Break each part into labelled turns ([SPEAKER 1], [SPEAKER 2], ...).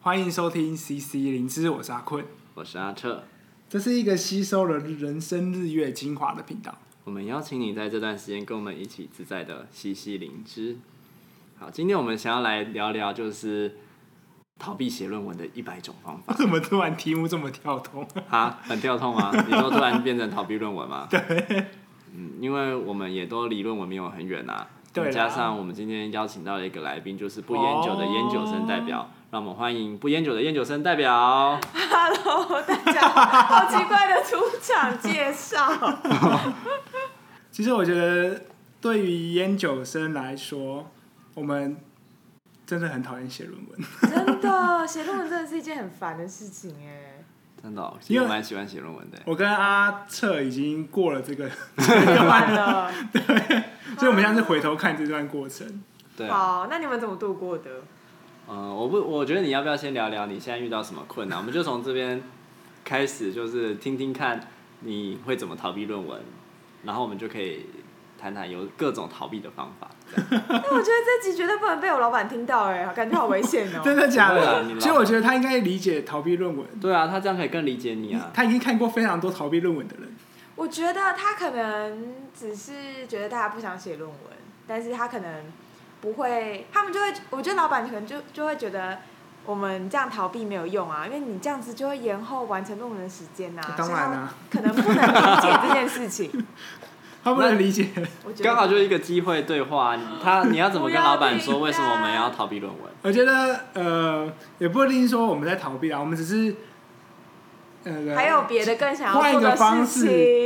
[SPEAKER 1] 欢迎收听 CC 灵芝，我是阿坤。
[SPEAKER 2] 我是阿彻。
[SPEAKER 1] 这是一个吸收了人生日月精华的频 道。
[SPEAKER 2] 我们邀请你在这段时间跟我们一起自在的细细灵芝。好，今天我们想要来聊聊就是逃避写论文的一百种方 法。
[SPEAKER 1] 怎么突然题目这么跳通？
[SPEAKER 2] 哈，很跳痛吗？你说突然变成逃避论 文吗？对。嗯，因为我们也都离论文没有很远啊。
[SPEAKER 1] 对啦哦
[SPEAKER 2] 加上我们今天邀请到了一个来宾，就是不烟酒的烟酒生代表，让我们欢迎不烟酒的烟酒生代表。
[SPEAKER 3] Hello，大家好，好奇怪的出场介绍。
[SPEAKER 1] 其实我觉得，对于烟酒生来说，我们真的很讨厌写论文，
[SPEAKER 3] 真的，写论文真的是一件很烦的事情哎。
[SPEAKER 2] 真的、哦，其
[SPEAKER 1] 因
[SPEAKER 2] 实
[SPEAKER 1] 为
[SPEAKER 2] 我蛮喜欢写论文的。
[SPEAKER 1] 我跟阿彻已经过了这 个，
[SPEAKER 3] 完了，
[SPEAKER 1] 所以我们现在是回头看这段过程。
[SPEAKER 2] 对啊。
[SPEAKER 3] 好，那你们怎么度过的？
[SPEAKER 2] 嗯，我不，我觉得你要不要先聊聊你现在遇到什么困难？我们就从这边开始，就是听听看你会怎么逃避论文，然后我们就可以谈谈有各种逃避的方法。这样
[SPEAKER 3] 那我觉得这集绝对不能被我老板听到哎，感觉好危险 哦、
[SPEAKER 1] 真的假
[SPEAKER 2] 对啊
[SPEAKER 1] 的
[SPEAKER 2] 你？老
[SPEAKER 1] 其实我觉得他应该理解逃避论文，
[SPEAKER 2] 对啊，他这样可以更理解你啊。
[SPEAKER 1] 他已经看过非常多逃避论文的人。
[SPEAKER 3] 我觉得他可能只是觉得大家不想写论文，但是他可能不会，他们就会，我觉得老板可能就就会觉得我们这样逃避没有用啊，因为你这样子就会延后完成论文的时间呐、
[SPEAKER 1] 当然啊，
[SPEAKER 3] 可能不能理解这件事情。
[SPEAKER 1] 他不能理解，
[SPEAKER 3] 我觉得
[SPEAKER 2] 刚好就是一个机会对话，你他你要怎么跟老板说
[SPEAKER 3] 不要
[SPEAKER 2] 为
[SPEAKER 3] 理
[SPEAKER 2] 什
[SPEAKER 3] 他
[SPEAKER 2] 么我们要逃避论文？
[SPEAKER 1] 我觉得呃，也不一定说我们在逃避啊，我们只是呃，
[SPEAKER 3] 还有别的更想要
[SPEAKER 1] 换一
[SPEAKER 3] 做
[SPEAKER 1] 个
[SPEAKER 3] 的
[SPEAKER 1] 方
[SPEAKER 3] 事
[SPEAKER 1] 式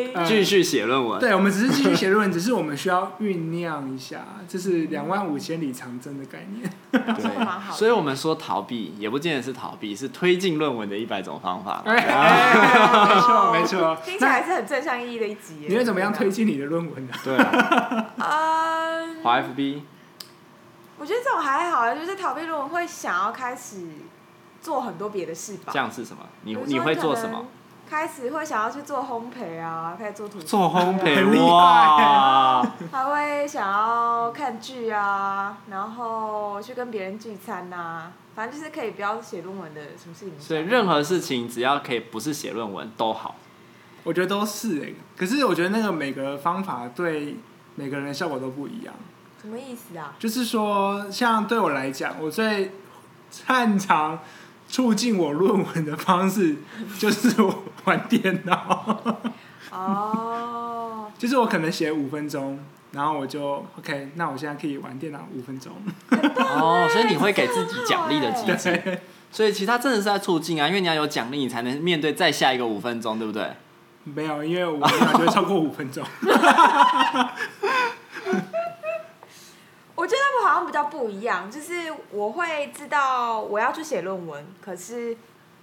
[SPEAKER 3] 情，，
[SPEAKER 1] 呃
[SPEAKER 2] 继续写论文。
[SPEAKER 1] 对，我们只是继续写论文，只是我们需要酝酿一下，这
[SPEAKER 3] 嗯
[SPEAKER 1] 是两万五千里长征的概 念。
[SPEAKER 3] 这个蛮好的。
[SPEAKER 2] 所以我们说逃避也不见得是逃避，是推进论文的一百种方法。
[SPEAKER 1] 哎哎没错没错。
[SPEAKER 3] 听起
[SPEAKER 1] 那
[SPEAKER 3] 来是很正向意义的一集耶。
[SPEAKER 1] 你会怎么样推进你的论文呢？
[SPEAKER 2] 对 啊，
[SPEAKER 3] 嗯，
[SPEAKER 2] 华 FB
[SPEAKER 3] 我觉得这种还好，就是逃避论文会想要开始做很多别的事吧。
[SPEAKER 2] 这样是什么？你
[SPEAKER 3] 比如说
[SPEAKER 2] 你会做
[SPEAKER 3] 可
[SPEAKER 2] 什
[SPEAKER 3] 能
[SPEAKER 2] 么？
[SPEAKER 3] 开始会想要去做烘焙啊，开始做土
[SPEAKER 2] 做烘焙
[SPEAKER 1] 很厉害
[SPEAKER 2] 哇！
[SPEAKER 3] 还会想要看剧啊，然后去跟别人聚餐呐、反正就是可以不要写论文的什么事情。
[SPEAKER 2] 所以任何事情只要可以不是写论文都好。
[SPEAKER 1] 我觉得都是哎、可是我觉得那个每个方法对每个人的效果都不一样。
[SPEAKER 3] 什么意思啊？
[SPEAKER 1] 就是说，像对我来讲，我最擅长促进我论文的方式，就是我玩电脑。
[SPEAKER 3] 哦，
[SPEAKER 1] 就是我可能写五分钟，然后我就 OK，那我现在可以玩电脑五分钟。
[SPEAKER 2] 哦，所以你会给自己奖励的机制。
[SPEAKER 1] 对，
[SPEAKER 2] 所以其实它真的是在促进啊，因为你要有奖励，你才能面对再下一个五分钟，对不对？
[SPEAKER 1] 没有，因为我玩电脑就会超过五分钟。
[SPEAKER 3] 我觉得我好像比较不一样，就是我会知道我要去写论文，可是，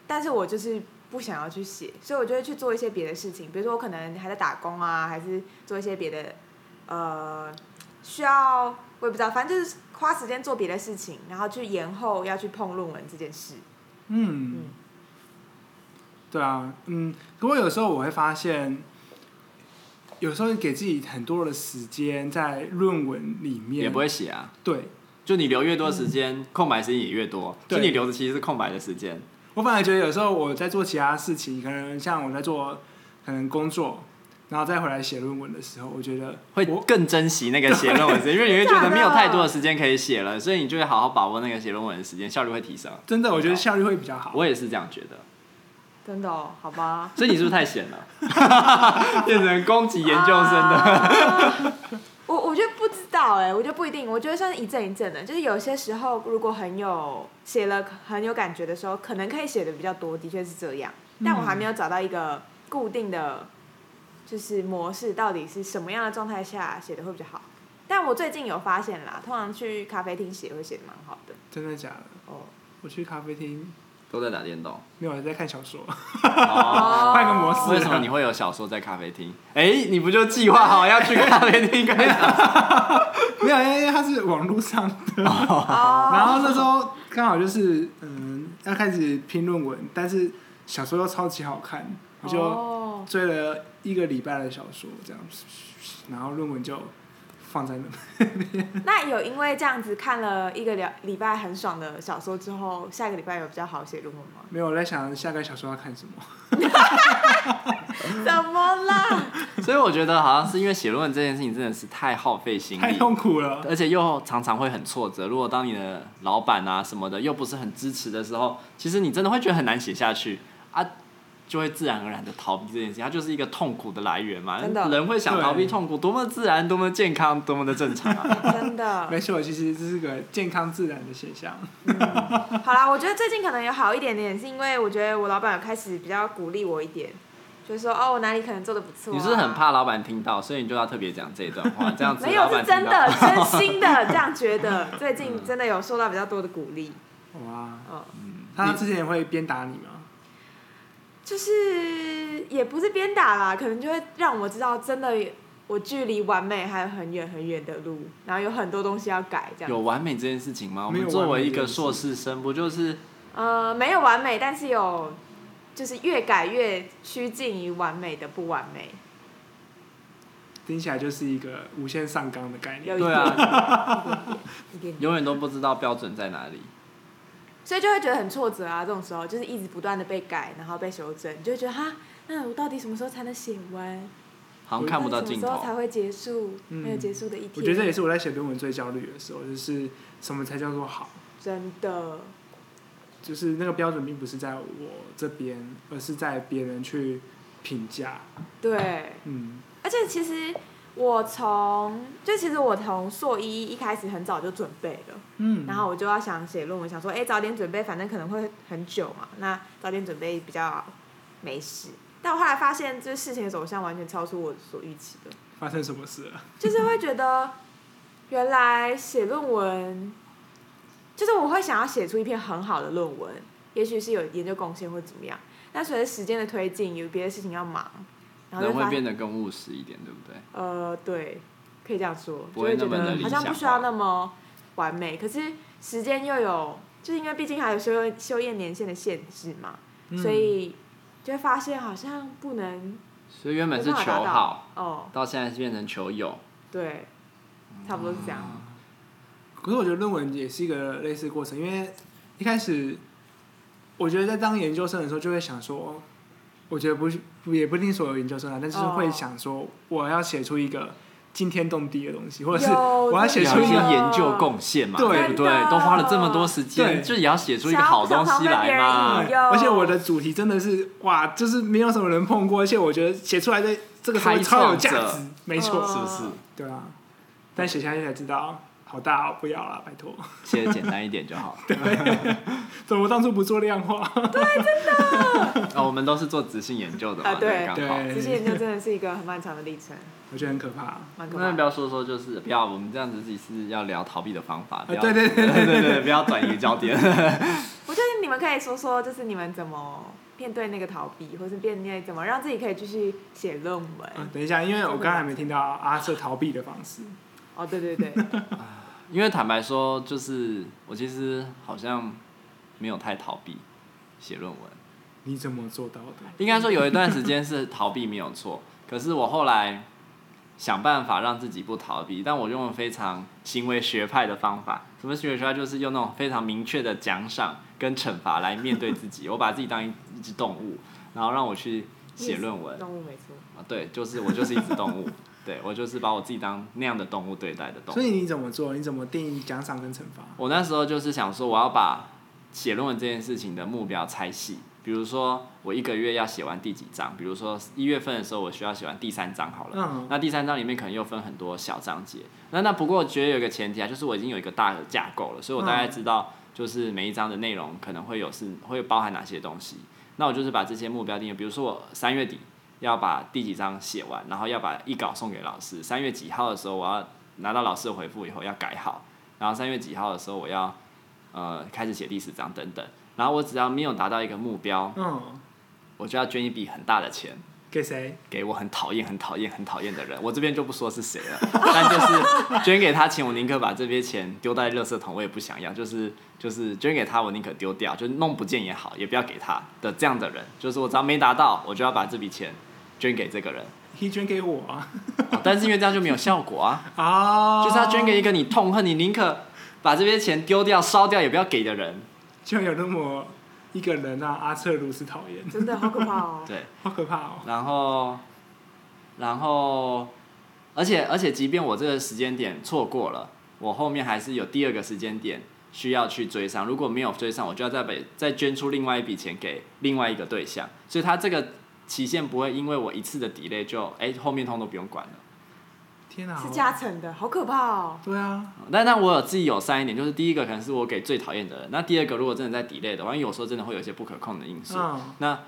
[SPEAKER 3] 但是我就是不想要去写，所以我就会去做一些别的事情，比如说我可能还在打工啊，还是做一些别的，呃，需要我也不知道，反正就是花时间做别的事情，然后去延后要去碰论文这件事。
[SPEAKER 1] 嗯，对啊，嗯，不过有时候我会发现，有时候给自己很多的时间在论文里面，
[SPEAKER 2] 也不会写啊。
[SPEAKER 1] 对
[SPEAKER 2] 就你留越多时间，空白时间也越多。
[SPEAKER 1] 对
[SPEAKER 2] 就你留的其实是空白的时间。
[SPEAKER 1] 我反而觉得有时候我在做其他事情，可能像我在做可能工作，然后再回来写论文的时候，我觉得
[SPEAKER 2] 会
[SPEAKER 1] 我
[SPEAKER 2] 更珍惜那个写论文时间，因为你会觉得没有太多的时间可以写了，所以你就会好好把握那个写论文的时间，效率会提升。
[SPEAKER 1] 真的我觉得效率会比较好。
[SPEAKER 2] 我也是这样觉得。
[SPEAKER 3] 真的哦，好吧。
[SPEAKER 2] 所以你是不是太闲 了？变成攻击研究生的。
[SPEAKER 3] 啊 我我觉得不知道哎、我觉得不一定，我觉得算是一阵一阵的，就是有些时候如果很有写了很有感觉的时候，可能可以写的比较多，的确是这样。
[SPEAKER 1] 嗯
[SPEAKER 3] 但我还没有找到一个固定的，就是模式，到底是什么样的状态下写的会比较好。但我最近有发现啦，通常去咖啡厅写会写的蛮好的。
[SPEAKER 1] 真的假的？
[SPEAKER 3] 哦
[SPEAKER 1] 我去咖啡厅
[SPEAKER 2] 都在打电动。
[SPEAKER 1] 没有我在看小说，
[SPEAKER 2] 哦，
[SPEAKER 1] 换个模式
[SPEAKER 2] 为什么你会有小说在咖啡厅？哎、你不就计划好要去咖啡厅看小说？
[SPEAKER 1] 没有，因为它是网络上的。
[SPEAKER 3] 哦，
[SPEAKER 1] 然后那时候刚好就是嗯要开始拼论文，但是小说又超级好看，我就
[SPEAKER 3] 哦
[SPEAKER 1] 追了一个礼拜的小说这样，然后论文就放在那。
[SPEAKER 3] 那有因为这样子看了一个了礼拜很爽的小说之后，下个礼拜有比较好写论文吗？
[SPEAKER 1] 没有，我在想下个小说要看什么。
[SPEAKER 3] 怎么 啦？
[SPEAKER 2] 所以我觉得好像是因为写论文这件事情真的是太耗费心
[SPEAKER 1] 太
[SPEAKER 2] 力，
[SPEAKER 1] 痛苦了。
[SPEAKER 2] 而且又常常会很挫折。如果当你的老板啊什么的又不是很支持的时候，其实你真的会觉得很难写下去啊，就会自然而然的逃避这件事情。它就是一个痛苦的来源嘛。
[SPEAKER 3] 真的
[SPEAKER 2] 人会想逃避
[SPEAKER 1] 对
[SPEAKER 2] 痛苦，多么自然，多么健康，多么的正常 啊。
[SPEAKER 3] 真的。
[SPEAKER 1] 没错，其实这是个健康自然的现象。
[SPEAKER 3] 好啦，我觉得最近可能有好一点点，是因为我觉得我老板有开始比较鼓励我一点，就是说哦，我哪里可能做的不错、啊。
[SPEAKER 2] 你是不是很？怕老板听到，所以你就要特别讲这一段话，这样子
[SPEAKER 3] 没
[SPEAKER 2] 老
[SPEAKER 3] 有，是
[SPEAKER 2] 板
[SPEAKER 3] 真
[SPEAKER 2] 听到嗯
[SPEAKER 3] 的， 真心的这样觉得。最近真的有受到比较多的鼓励，
[SPEAKER 1] 哇，
[SPEAKER 3] 嗯，
[SPEAKER 1] 他之前也会鞭打你吗？
[SPEAKER 3] 就是也不是鞭打啦，可能就会让我知道真的我距离完美还有很远很远的路，然后有很多东西要改这
[SPEAKER 2] 有
[SPEAKER 3] 样。
[SPEAKER 2] 完美这件事情吗？我
[SPEAKER 1] 没
[SPEAKER 2] 们
[SPEAKER 1] 有
[SPEAKER 2] 作为
[SPEAKER 1] 完
[SPEAKER 2] 一
[SPEAKER 1] 美这件
[SPEAKER 2] 个
[SPEAKER 1] 事
[SPEAKER 2] 硕士生，不就是
[SPEAKER 3] 呃，没有完美，但是有就是越改越趋近于完美的不完美。
[SPEAKER 1] 听起来就是一个无限上纲的概念
[SPEAKER 3] 有一。点
[SPEAKER 2] 对啊
[SPEAKER 3] 一点点一点点，
[SPEAKER 2] 永远都不知道标准在哪里？
[SPEAKER 3] 所以就会觉得很挫折啊。这种时候就是一直不断的被改，然后被修正，你就会觉得哈，那我到底什么时候才能写完？
[SPEAKER 2] 好像看不到尽
[SPEAKER 3] 什么时候才
[SPEAKER 2] 头。
[SPEAKER 3] 会结束？
[SPEAKER 1] 嗯
[SPEAKER 3] 没有结束的一天。
[SPEAKER 1] 我觉得这也是我在写论文最焦虑的时候，就是什么才叫做好，
[SPEAKER 3] 真的，
[SPEAKER 1] 就是那个标准并不是在我这边，而是在别人去评价。
[SPEAKER 3] 对。
[SPEAKER 1] 嗯，
[SPEAKER 3] 而且其实我从就其实我从硕一一开始很早就准备了，
[SPEAKER 1] 嗯
[SPEAKER 3] 然后我就要想写论文，想说哎、诶早点准备，反正可能会很久嘛，那早点准备比较没事。但我后来发现，这事情的走向完全超出我所预期的，
[SPEAKER 1] 发生什么事了？
[SPEAKER 3] 就是会觉得原来写论文，就是我会想要写出一篇很好的论文，也许是有研究贡献或怎么样。但随着时间的推进，有别的事情要忙，然后
[SPEAKER 2] 人
[SPEAKER 3] 就
[SPEAKER 2] 会
[SPEAKER 3] 发
[SPEAKER 2] 变
[SPEAKER 3] 现。
[SPEAKER 2] 得更务实一点，对不对？
[SPEAKER 3] 呃，对，可以这样说，
[SPEAKER 2] 不
[SPEAKER 3] 就
[SPEAKER 2] 会
[SPEAKER 3] 会觉
[SPEAKER 2] 那么的
[SPEAKER 3] 得
[SPEAKER 2] 理
[SPEAKER 3] 好像不
[SPEAKER 2] 想
[SPEAKER 3] 需要
[SPEAKER 2] 化
[SPEAKER 3] 那么完美，可是时间又有，就是因为毕竟还有修修验年限的限制嘛，
[SPEAKER 1] 嗯
[SPEAKER 3] 所以就会发现好像不能
[SPEAKER 2] 所嗯以原本
[SPEAKER 3] 没
[SPEAKER 2] 是
[SPEAKER 3] 办法
[SPEAKER 2] 求
[SPEAKER 3] 达到
[SPEAKER 2] 好，
[SPEAKER 3] 哦，
[SPEAKER 2] 到现在是变成求有。
[SPEAKER 3] 对，差不多是这样。
[SPEAKER 2] 哦
[SPEAKER 1] 可是我觉得论文也是一个类似过程，因为一开始我觉得在当研究生的时候就会想说，我觉得不是不也不一定所有研究生啊，但是
[SPEAKER 3] 哦
[SPEAKER 1] 会想说我要写出一个惊天动地的东西，或者是
[SPEAKER 3] 有
[SPEAKER 1] 我要
[SPEAKER 2] 也
[SPEAKER 1] 写
[SPEAKER 2] 要
[SPEAKER 1] 出
[SPEAKER 2] 一
[SPEAKER 1] 一
[SPEAKER 2] 些
[SPEAKER 1] 个
[SPEAKER 3] 真的
[SPEAKER 2] 研究贡献嘛，
[SPEAKER 1] 对
[SPEAKER 2] 对不对
[SPEAKER 3] 真的？
[SPEAKER 2] 都花了这么多时间，
[SPEAKER 1] 对
[SPEAKER 2] 就也要写出一个
[SPEAKER 3] 想要
[SPEAKER 2] 好东
[SPEAKER 3] 想
[SPEAKER 2] 西
[SPEAKER 3] 要被
[SPEAKER 2] 来
[SPEAKER 3] 别人
[SPEAKER 2] 嘛
[SPEAKER 3] 引。有
[SPEAKER 1] 而且我的主题真的是哇，就是没有什么人碰过，而且我觉得写出来的这个东西超有价
[SPEAKER 2] 开
[SPEAKER 1] 值
[SPEAKER 2] 创者，
[SPEAKER 1] 没错，
[SPEAKER 3] 嗯
[SPEAKER 2] 是不是？
[SPEAKER 1] 对啊。但写下去才知道，好大哦，不要啦，拜托，
[SPEAKER 2] 写的简单一点就好了。
[SPEAKER 1] 怎么当初不做量化？
[SPEAKER 2] 啊，我们都是做直性研究的
[SPEAKER 3] 啊
[SPEAKER 2] 嘛，
[SPEAKER 3] 对
[SPEAKER 2] 刚好。
[SPEAKER 1] 对
[SPEAKER 3] 这些研究真的是一个很漫长的历程，
[SPEAKER 1] 我觉得很可怕。
[SPEAKER 3] 蛮可怕
[SPEAKER 2] 那不
[SPEAKER 3] 的。
[SPEAKER 2] 要说说，就是不要我们这样子，自己是要聊逃避的方法，不要
[SPEAKER 1] 啊对对对
[SPEAKER 2] 对对对，不要转移焦点。
[SPEAKER 3] 我觉得你们可以说说，就是你们怎么面对那个逃避，或是面对怎么让自己可以继续写论文。
[SPEAKER 1] 啊，等一下，因为我刚才还没听到阿瑟逃避的方式。
[SPEAKER 3] 哦，对对对，
[SPEAKER 2] 因为坦白说，就是我其实好像没有太逃避写论文，
[SPEAKER 1] 你怎么做到的？
[SPEAKER 2] 应该说有一段时间是逃避没有错，可是我后来想办法让自己不逃避，但我用了非常行为学派的方法。什么行为学派？就是用那种非常明确的奖赏跟惩罚来面对自己。我把自己当一一只动物，然后让我去写论文。
[SPEAKER 3] 动物没错。
[SPEAKER 2] 啊，对，就是我就是一只动物，对我就是把我自己当那样的动物对待的动
[SPEAKER 1] 所
[SPEAKER 2] 物。
[SPEAKER 1] 以你怎么做？你怎么定义奖赏跟惩罚？
[SPEAKER 2] 我那时候就是想说，我要把写论文这件事情的目标拆细，比如说我一个月要写完第几章，比如说一月份的时候我需要写完第三章好了，
[SPEAKER 1] 嗯
[SPEAKER 2] 那第三章里面可能又分很多小章节。那那不过我觉得有一个前提啊，就是我已经有一个大的架构了，所以我大概知道就是每一章的内容可能会有是会包含哪些东西。那我就是把这些目标定了，比如说我三月底要把第几章写完，然后要把一稿送给老师。三月几号的时候我要拿到老师的回复以后要改好，然后三月几号的时候我要呃开始写第十章等等。然后我只要没有达到一个目标，
[SPEAKER 1] 嗯，
[SPEAKER 2] 我就要捐一笔很大的钱。
[SPEAKER 1] 给谁？
[SPEAKER 2] 给我很讨厌、很讨厌、很讨厌的人，我这边就不说是谁了， 但就是捐给他钱，我宁可把这些钱丢在垃圾桶，我也不想要，就是就是捐给他，我宁可丢掉，就是弄不见也好，也不要给他的这样的人，就是我只要没达到，我就要把这笔钱捐给这个人，
[SPEAKER 1] he 捐给我啊，
[SPEAKER 2] 哦但是因为这样就没有效果啊，
[SPEAKER 1] 啊，
[SPEAKER 2] 就是他捐给一个你痛恨、你宁可把这些钱丢掉、烧掉也不要给的人。。
[SPEAKER 1] 居然有那么一个人啊，阿彻如此讨厌，
[SPEAKER 3] 真的好可怕 哦
[SPEAKER 2] 对，
[SPEAKER 1] 好可怕哦。
[SPEAKER 2] 然后，然后，而且而且，即便我这个时间点错过了，我后面还是有第二个时间点需要去追上。如果没有追上，我就要再把再捐出另外一笔钱给另外一个对象。所以他这个期限不会因为我一次的 delay 就哎、后面通都不用管了。
[SPEAKER 1] 天哪、
[SPEAKER 3] 是
[SPEAKER 1] 我
[SPEAKER 3] 加成的，好可怕哦！
[SPEAKER 1] 对啊，
[SPEAKER 2] 但但我有自己有删一点，就是第一个可能是我给最讨厌的人，那第二个如果真的在 delay 的话，因为有时候真的会有一些不可控的因素，
[SPEAKER 1] 嗯
[SPEAKER 2] 那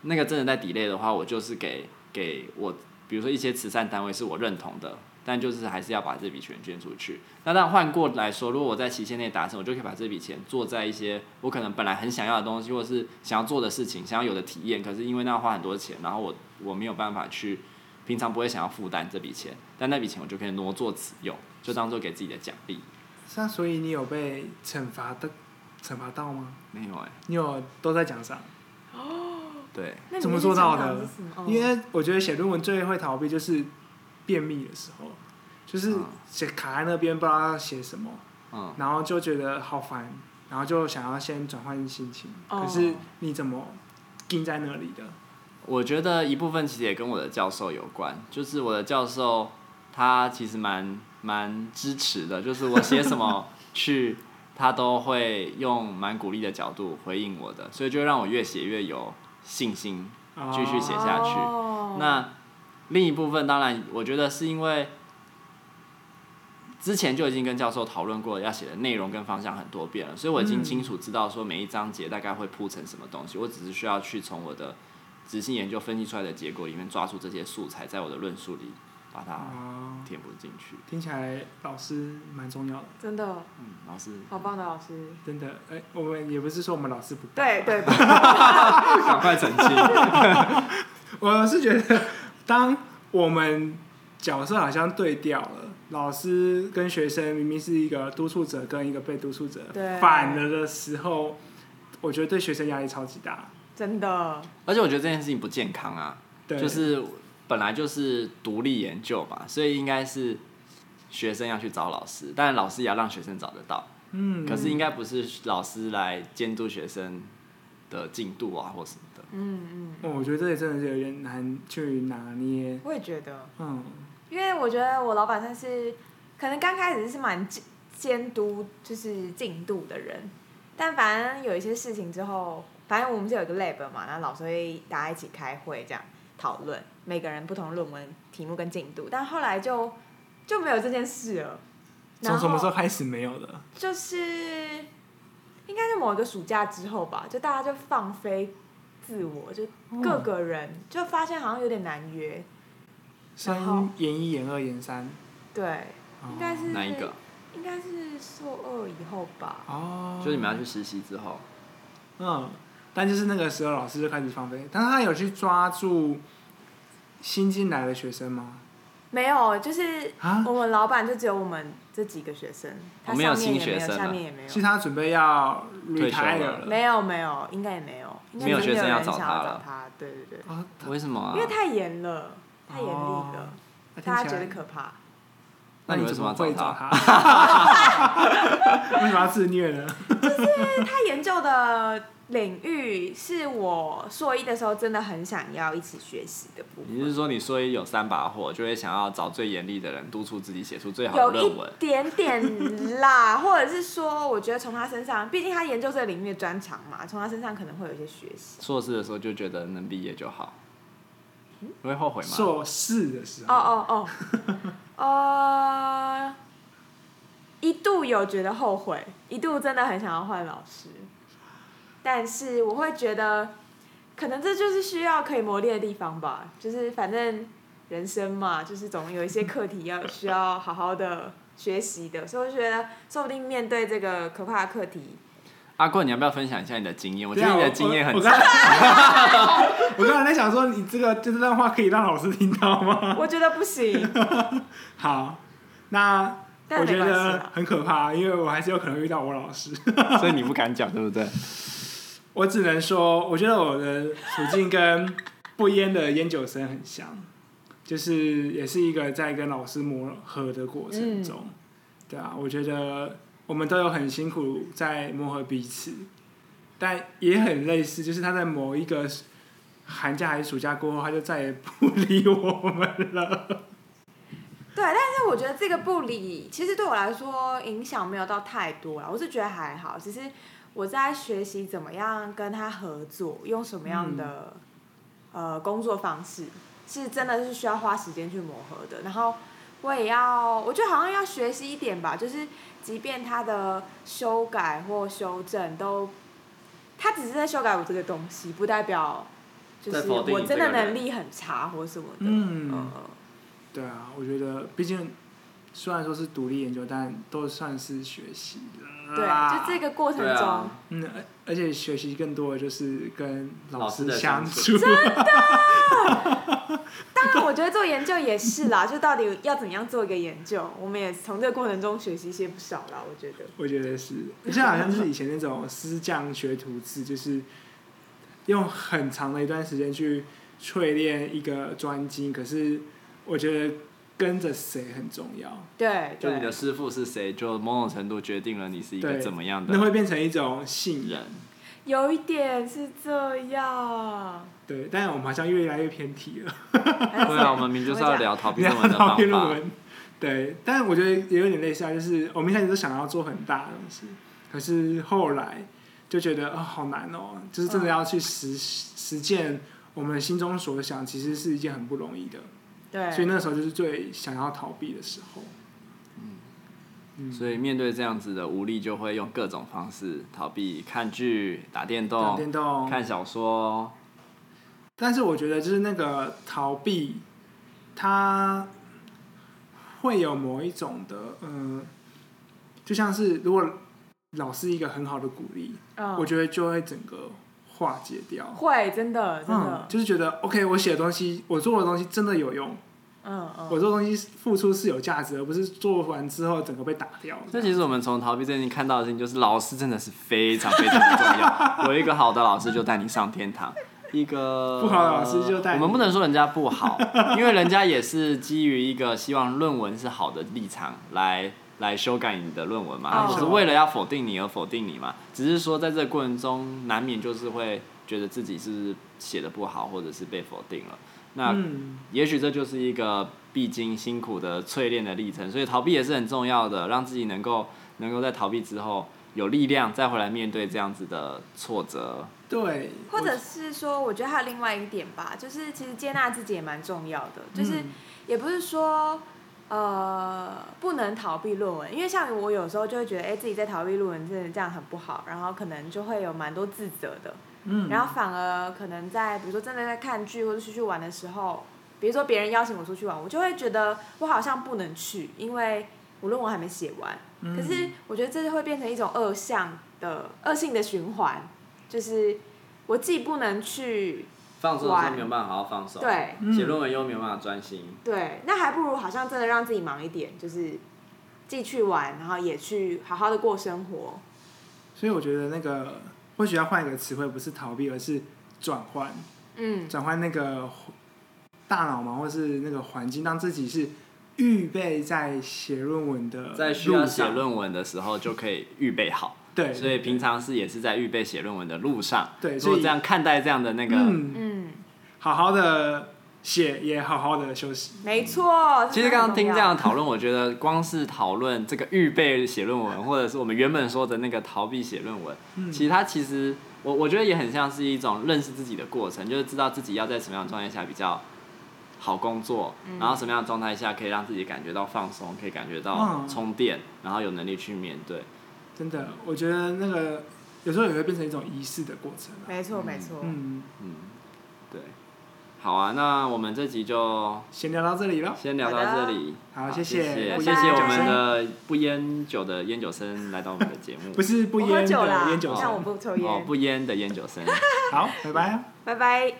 [SPEAKER 2] 那个真的在 delay 的话，我就是给给我，比如说一些慈善单位是我认同的，但就是还是要把这笔钱捐出去。那但换过来说，如果我在期限内达成，我就可以把这笔钱做在一些我可能本来很想要的东西，或者是想要做的事情，想要有的体验，可是因为那要花很多钱，然后我我没有办法去。平常不会想要负担这笔钱，但那笔钱我就可以挪作此用，就当做给自己的奖励。
[SPEAKER 1] 那所以你有被惩罚的惩罚到吗？
[SPEAKER 2] 没有哎、
[SPEAKER 1] 你有都在奖上？
[SPEAKER 2] 对，
[SPEAKER 3] 那你
[SPEAKER 1] 怎么
[SPEAKER 3] 们
[SPEAKER 1] 做到的
[SPEAKER 3] 成长是什么？哦
[SPEAKER 1] 因为我觉得写论文最会逃避就是便秘的时候，就是
[SPEAKER 2] 嗯
[SPEAKER 1] 写卡在那边不知道要写什么，
[SPEAKER 2] 嗯，
[SPEAKER 3] 哦
[SPEAKER 1] 然后就觉得好烦，然后就想要先转换心情。
[SPEAKER 3] 哦
[SPEAKER 1] 可是你怎么盯在那里的？
[SPEAKER 2] 我觉得一部分其实也跟我的教授有关，就是我的教授他其实蛮蛮支持的，就是我写什么去，他都会用蛮鼓励的角度回应我的，所以就让我越写越有信心。继续写
[SPEAKER 1] 哦
[SPEAKER 2] 下去
[SPEAKER 3] 哦
[SPEAKER 2] 那另一部分当然，我觉得是因为之前就已经跟教授讨论过要写的内容跟方向很多遍了，所以我已经
[SPEAKER 1] 嗯
[SPEAKER 2] 清楚知道说每一章节大概会铺成什么东西，我只是需要去从我的执行研究分析出来的结果里面抓住这些素材，在我的论述里把它
[SPEAKER 1] 哦，
[SPEAKER 2] 填补进去。
[SPEAKER 1] 听起来老师蛮重要的，
[SPEAKER 3] 真的
[SPEAKER 2] 嗯，老师，
[SPEAKER 3] 好棒的老师。
[SPEAKER 1] 真的。哎、我们也不是说我们老师不棒
[SPEAKER 3] 对对，
[SPEAKER 2] 赶快澄清。
[SPEAKER 1] 我是觉得，当我们角色好像对调了，老师跟学生明明是一个督促者跟一个被督促者
[SPEAKER 3] 对
[SPEAKER 1] 反了的时候，我觉得对学生压力超级大。
[SPEAKER 3] 真的
[SPEAKER 2] 而且我觉得这件事情不健康啊，
[SPEAKER 1] 对，
[SPEAKER 2] 就是本来就是独立研究嘛，所以应该是学生要去找老师，但老师也要让学生找得到。
[SPEAKER 1] 嗯，
[SPEAKER 2] 可是应该不是老师来监督学生的进度啊或什么的。
[SPEAKER 1] 哦我觉得这里真的是有点难去拿捏。
[SPEAKER 3] 嗯我也觉得，
[SPEAKER 1] 嗯，
[SPEAKER 3] 因为我觉得我老板算是可能刚开始是蛮监监督就是进度的人，但反正有一些事情之后，反正我们是有一个 lab 嘛，然后老师会大家一起开会这样讨论每个人不同论文题目跟进度，但后来就就没有这件事了。然
[SPEAKER 1] 从什么时
[SPEAKER 3] 后
[SPEAKER 1] 候开始没有的？
[SPEAKER 3] 就是应该是某一个暑假之后吧，就大家就放飞自我，就各
[SPEAKER 1] 哦
[SPEAKER 3] 个人、就发现好像有点难约，然后
[SPEAKER 1] 升研一、研二、研三，
[SPEAKER 3] 对，应该是
[SPEAKER 2] 哦哪一个？？
[SPEAKER 3] 应该是硕二以后吧。
[SPEAKER 1] 哦，
[SPEAKER 2] 就是你们要去实习之后，
[SPEAKER 1] 嗯，但就是那个时候老师就开始放飞，但是他有去抓住新进来的学生吗？
[SPEAKER 3] 没有，就是
[SPEAKER 1] 啊，
[SPEAKER 3] 我们老板就只有我们这几个学生，他
[SPEAKER 2] 哦没有
[SPEAKER 3] 上面
[SPEAKER 2] 新
[SPEAKER 3] 也
[SPEAKER 2] 学
[SPEAKER 3] 没有
[SPEAKER 2] 生
[SPEAKER 3] 下
[SPEAKER 2] 啊
[SPEAKER 3] 面也没有
[SPEAKER 1] 是，他准备要
[SPEAKER 2] 退休
[SPEAKER 1] retire
[SPEAKER 2] 了
[SPEAKER 1] 了
[SPEAKER 3] 没有没有，应该也没有，应该
[SPEAKER 2] 没有
[SPEAKER 3] 是
[SPEAKER 2] 学生要
[SPEAKER 3] 人
[SPEAKER 2] 找
[SPEAKER 3] 想
[SPEAKER 2] 他
[SPEAKER 3] 要找
[SPEAKER 2] 了
[SPEAKER 3] 他，对对对，
[SPEAKER 1] 啊，
[SPEAKER 2] 为什么啊
[SPEAKER 3] 因？为太严了，太严厉了，
[SPEAKER 2] 哦
[SPEAKER 1] 那听
[SPEAKER 3] 大家
[SPEAKER 1] 起
[SPEAKER 3] 觉
[SPEAKER 1] 来
[SPEAKER 3] 得可怕。
[SPEAKER 1] 那
[SPEAKER 2] 那你
[SPEAKER 1] 你怎
[SPEAKER 2] 为什么
[SPEAKER 1] 么
[SPEAKER 2] 要
[SPEAKER 1] 会
[SPEAKER 2] 找
[SPEAKER 1] 找
[SPEAKER 2] 他？
[SPEAKER 1] 他？为什么要自虐呢？
[SPEAKER 3] 他研究的领域是我硕一的时候真的很想要一起学习的部
[SPEAKER 2] 你是
[SPEAKER 3] 分，
[SPEAKER 2] 说你说有三把火，就会想要找最严厉的人督促自己写出最好的
[SPEAKER 3] 有
[SPEAKER 2] 论
[SPEAKER 3] 一
[SPEAKER 2] 文？
[SPEAKER 3] 点点啦，或者是说，我觉得从他身上，毕竟他研究这个领域的专长嘛，从他身上可能会有一些学习。
[SPEAKER 2] 硕士的时候就觉得能毕业就好，
[SPEAKER 1] 嗯
[SPEAKER 2] 你会后悔吗？
[SPEAKER 1] 硕士的时
[SPEAKER 3] 哦
[SPEAKER 1] 候，
[SPEAKER 3] 哦 哦，呃，一度有觉得后悔，一度真的很想要换老师，但是我会觉得，可能这就是需要可以磨练的地方吧。就是反正人生嘛，就是总有一些课题要需要好好的学习的，所以我觉得说不定面对这个可怕的课题，
[SPEAKER 2] 阿棍，你要不要分享一下你的经验？我
[SPEAKER 1] 我
[SPEAKER 2] 觉得你的经验很
[SPEAKER 1] 啊我刚才我刚才在想说，你这个这段话可以让老师听到吗？
[SPEAKER 3] 我觉得不行，
[SPEAKER 1] 好，那
[SPEAKER 3] 但
[SPEAKER 1] 我
[SPEAKER 3] 没
[SPEAKER 1] 觉
[SPEAKER 3] 关系啊
[SPEAKER 1] 得
[SPEAKER 3] 啦。
[SPEAKER 1] 很可怕，因为我还是有可能遇到我老师。
[SPEAKER 2] 所以你不敢讲，对不对？
[SPEAKER 1] 我只能说，我觉得我的处境跟不烟的烟酒生很像，就是也是一个在跟老师磨合的过程
[SPEAKER 3] 嗯
[SPEAKER 1] 中，对啊，我觉得我们都有很辛苦在磨合彼此，但也很类似，就是他在某一个寒假还是暑假过后，他就再也不理我们了。
[SPEAKER 3] 对，但是我觉得这个不理，其实对我来说影响没有到太多啦，我是觉得还好，只是我在学习怎么样跟他合作，用什么
[SPEAKER 2] 嗯
[SPEAKER 3] 样的、呃工作方式，是真的是需要花时间去磨合的。然后我也要，我觉得好像要学习一点吧，就是即便他的修改或修正都，他只是在修改我这个东西，不代表就
[SPEAKER 2] 在
[SPEAKER 3] 是
[SPEAKER 2] 否定
[SPEAKER 3] 我
[SPEAKER 2] 你
[SPEAKER 3] 真
[SPEAKER 2] 这
[SPEAKER 3] 的
[SPEAKER 2] 个人
[SPEAKER 3] 能力很差或什么的。
[SPEAKER 1] 嗯
[SPEAKER 3] 嗯
[SPEAKER 1] 对啊，我觉得毕竟虽然说是独立研究，但都算是学习的
[SPEAKER 3] 对，
[SPEAKER 1] 啦。
[SPEAKER 3] 就这个过程
[SPEAKER 2] 对
[SPEAKER 3] 中，
[SPEAKER 2] 啊
[SPEAKER 1] 嗯，而而且学习更多的就是跟老
[SPEAKER 2] 老师
[SPEAKER 1] 师
[SPEAKER 2] 的
[SPEAKER 1] 相
[SPEAKER 2] 相
[SPEAKER 1] 处。
[SPEAKER 3] 当然我觉得做研究也是啦，就到底要怎么样做一个研究，我们也从这个过程中学习一些不少啦，我觉得。
[SPEAKER 1] 我觉得是，像好像是以前那种师匠学徒制，就是用很长的一段时间去淬炼一个专精。可是我觉得跟着谁很重要，
[SPEAKER 3] 对
[SPEAKER 2] 就你的
[SPEAKER 3] 对，
[SPEAKER 2] 师傅是谁，就某种程度决定了你是一个
[SPEAKER 1] 对
[SPEAKER 2] 怎么样
[SPEAKER 1] 那
[SPEAKER 2] 的
[SPEAKER 1] 会变成一种信任。
[SPEAKER 2] 人。
[SPEAKER 3] 有一点是这样。
[SPEAKER 1] 对，但我们好像越来越偏题了。
[SPEAKER 2] 对啊，我们明明就是要聊逃避论文的
[SPEAKER 1] 到
[SPEAKER 2] 方
[SPEAKER 1] 辩论
[SPEAKER 2] 法。
[SPEAKER 1] 文，对，但我觉得也有点类似啊，就是我们一开始都想要做很大的东西，可是后来就觉得啊、好难哦，就是真的要去实、实践我们心中所想，其实是一件很不容易的，所以
[SPEAKER 3] 对，
[SPEAKER 1] 那时候就是最想要逃避的时候。
[SPEAKER 2] 所以面对这样子的无力，就会用各种方式逃避，看剧、打电
[SPEAKER 1] 打
[SPEAKER 2] 动、
[SPEAKER 1] 电动，
[SPEAKER 2] 看小说。
[SPEAKER 1] 但是我觉得就是那个逃避，它会有某一种的，嗯、就像是如果老师一个很好的鼓励，我
[SPEAKER 3] 嗯，
[SPEAKER 1] 觉得就会整个化解掉。
[SPEAKER 3] 会真的真
[SPEAKER 1] 嗯，
[SPEAKER 3] 的，
[SPEAKER 1] 就是觉得 OK，我写的东西，我做的东西真的有用，
[SPEAKER 3] 嗯嗯，
[SPEAKER 1] 我做的东西付出是有价值的，而不是做完之后整个被打掉。
[SPEAKER 2] 那其实我们从逃避这件看到的事情，就是老师真的是非常非常的重 要。有一个好的老师就带你上天堂，一个
[SPEAKER 3] 呃
[SPEAKER 1] 不好的老师就带你
[SPEAKER 2] 我们不能说人家不好， 因为人家也是基于一个希望论文是好的立场来来修改你的论文嘛，他
[SPEAKER 3] 哦
[SPEAKER 2] 不是为了要否定你而否定你嘛。只是说在这个过程中，难免就是会觉得自己是不是写的不好，或者是被否定了。那
[SPEAKER 1] 嗯，
[SPEAKER 2] 也许这就是一个必经辛苦的淬炼的历程，所以逃避也是很重要的，让自己能够能够在逃避之后有力量，再回来面对这样子的挫折。
[SPEAKER 1] 对，
[SPEAKER 3] 或者是说，我觉得还有另外一点吧，就是其实接纳自己也蛮重要的，
[SPEAKER 1] 我
[SPEAKER 3] 就是
[SPEAKER 1] 嗯
[SPEAKER 3] 也不是说呃不能逃避论文，因为像我有时候就会觉得，哎、自己在逃避论文，真的这样很不好，然后可能就会有蛮多自责的，
[SPEAKER 1] 嗯，
[SPEAKER 3] 然后反而可能在比如说真的在看剧或者出去玩的时候，比如说别人邀请我出去玩，我就会觉得我好像不能去，因为我论文还没写完。
[SPEAKER 1] 嗯
[SPEAKER 3] 可是我觉得这会变成一种恶向的恶性的循环，就是我既不能去
[SPEAKER 2] 放
[SPEAKER 3] 松的时候没有
[SPEAKER 2] 办法好好放手
[SPEAKER 3] 对
[SPEAKER 1] 写论
[SPEAKER 2] 文又没有办法专心。
[SPEAKER 3] 对，那还不如好像真的让自己忙一点，就是既去玩，然后也去好好的过生活。
[SPEAKER 1] 所以我觉得那个或许要换一个词汇，不是逃避，而是转换，
[SPEAKER 3] 嗯，
[SPEAKER 1] 转换那个大脑嘛，或是那个环境，让自己是预备在写论文的
[SPEAKER 2] 在需要
[SPEAKER 1] 路
[SPEAKER 2] 写
[SPEAKER 1] 上
[SPEAKER 2] 论文的时候就可以预备好，
[SPEAKER 1] 对，
[SPEAKER 2] 所以平常是也是在预备写论文的路上。
[SPEAKER 1] 对
[SPEAKER 2] 如
[SPEAKER 1] 所以
[SPEAKER 2] 果这样看待这样的那个，
[SPEAKER 1] 嗯，
[SPEAKER 3] 嗯，
[SPEAKER 1] 好好的写，也好好的休息。
[SPEAKER 3] 没错。
[SPEAKER 2] 其实刚刚听这样的讨论，我觉得光是讨论这个预备写论文，或者是我们原本说的那个逃避写论文，
[SPEAKER 1] 嗯
[SPEAKER 2] 其实它其实我我觉得也很像是一种认识自己的过程，就是知道自己要在什么样的状态下比较好工作，然后什么样的状态下可以让自己感觉到放松，可以感觉到
[SPEAKER 1] 嗯
[SPEAKER 2] 充电，然后有能力去面对。
[SPEAKER 1] 真的，我觉得那个有时候也会变成一种仪式的过程啊、
[SPEAKER 3] 没错，没错。
[SPEAKER 1] 嗯，
[SPEAKER 2] 嗯，对，好啊，那我们这集就
[SPEAKER 1] 闲聊到这里了，
[SPEAKER 2] 先聊到这里。
[SPEAKER 1] 好
[SPEAKER 2] 谢
[SPEAKER 1] 谢谢
[SPEAKER 2] 谢
[SPEAKER 1] 不
[SPEAKER 2] 谢
[SPEAKER 3] 烟
[SPEAKER 2] 谢
[SPEAKER 3] 酒
[SPEAKER 2] 我们
[SPEAKER 3] 生
[SPEAKER 2] 的不烟酒的烟酒生来到我们的节目
[SPEAKER 1] 不。是不
[SPEAKER 3] 我喝
[SPEAKER 1] 烟
[SPEAKER 3] 酒啦
[SPEAKER 1] 的烟酒
[SPEAKER 3] 但我
[SPEAKER 1] 生，
[SPEAKER 3] 不抽
[SPEAKER 2] 哦
[SPEAKER 3] 烟，。
[SPEAKER 2] 不烟的烟酒生。
[SPEAKER 1] 好，拜拜啊。
[SPEAKER 3] 拜拜。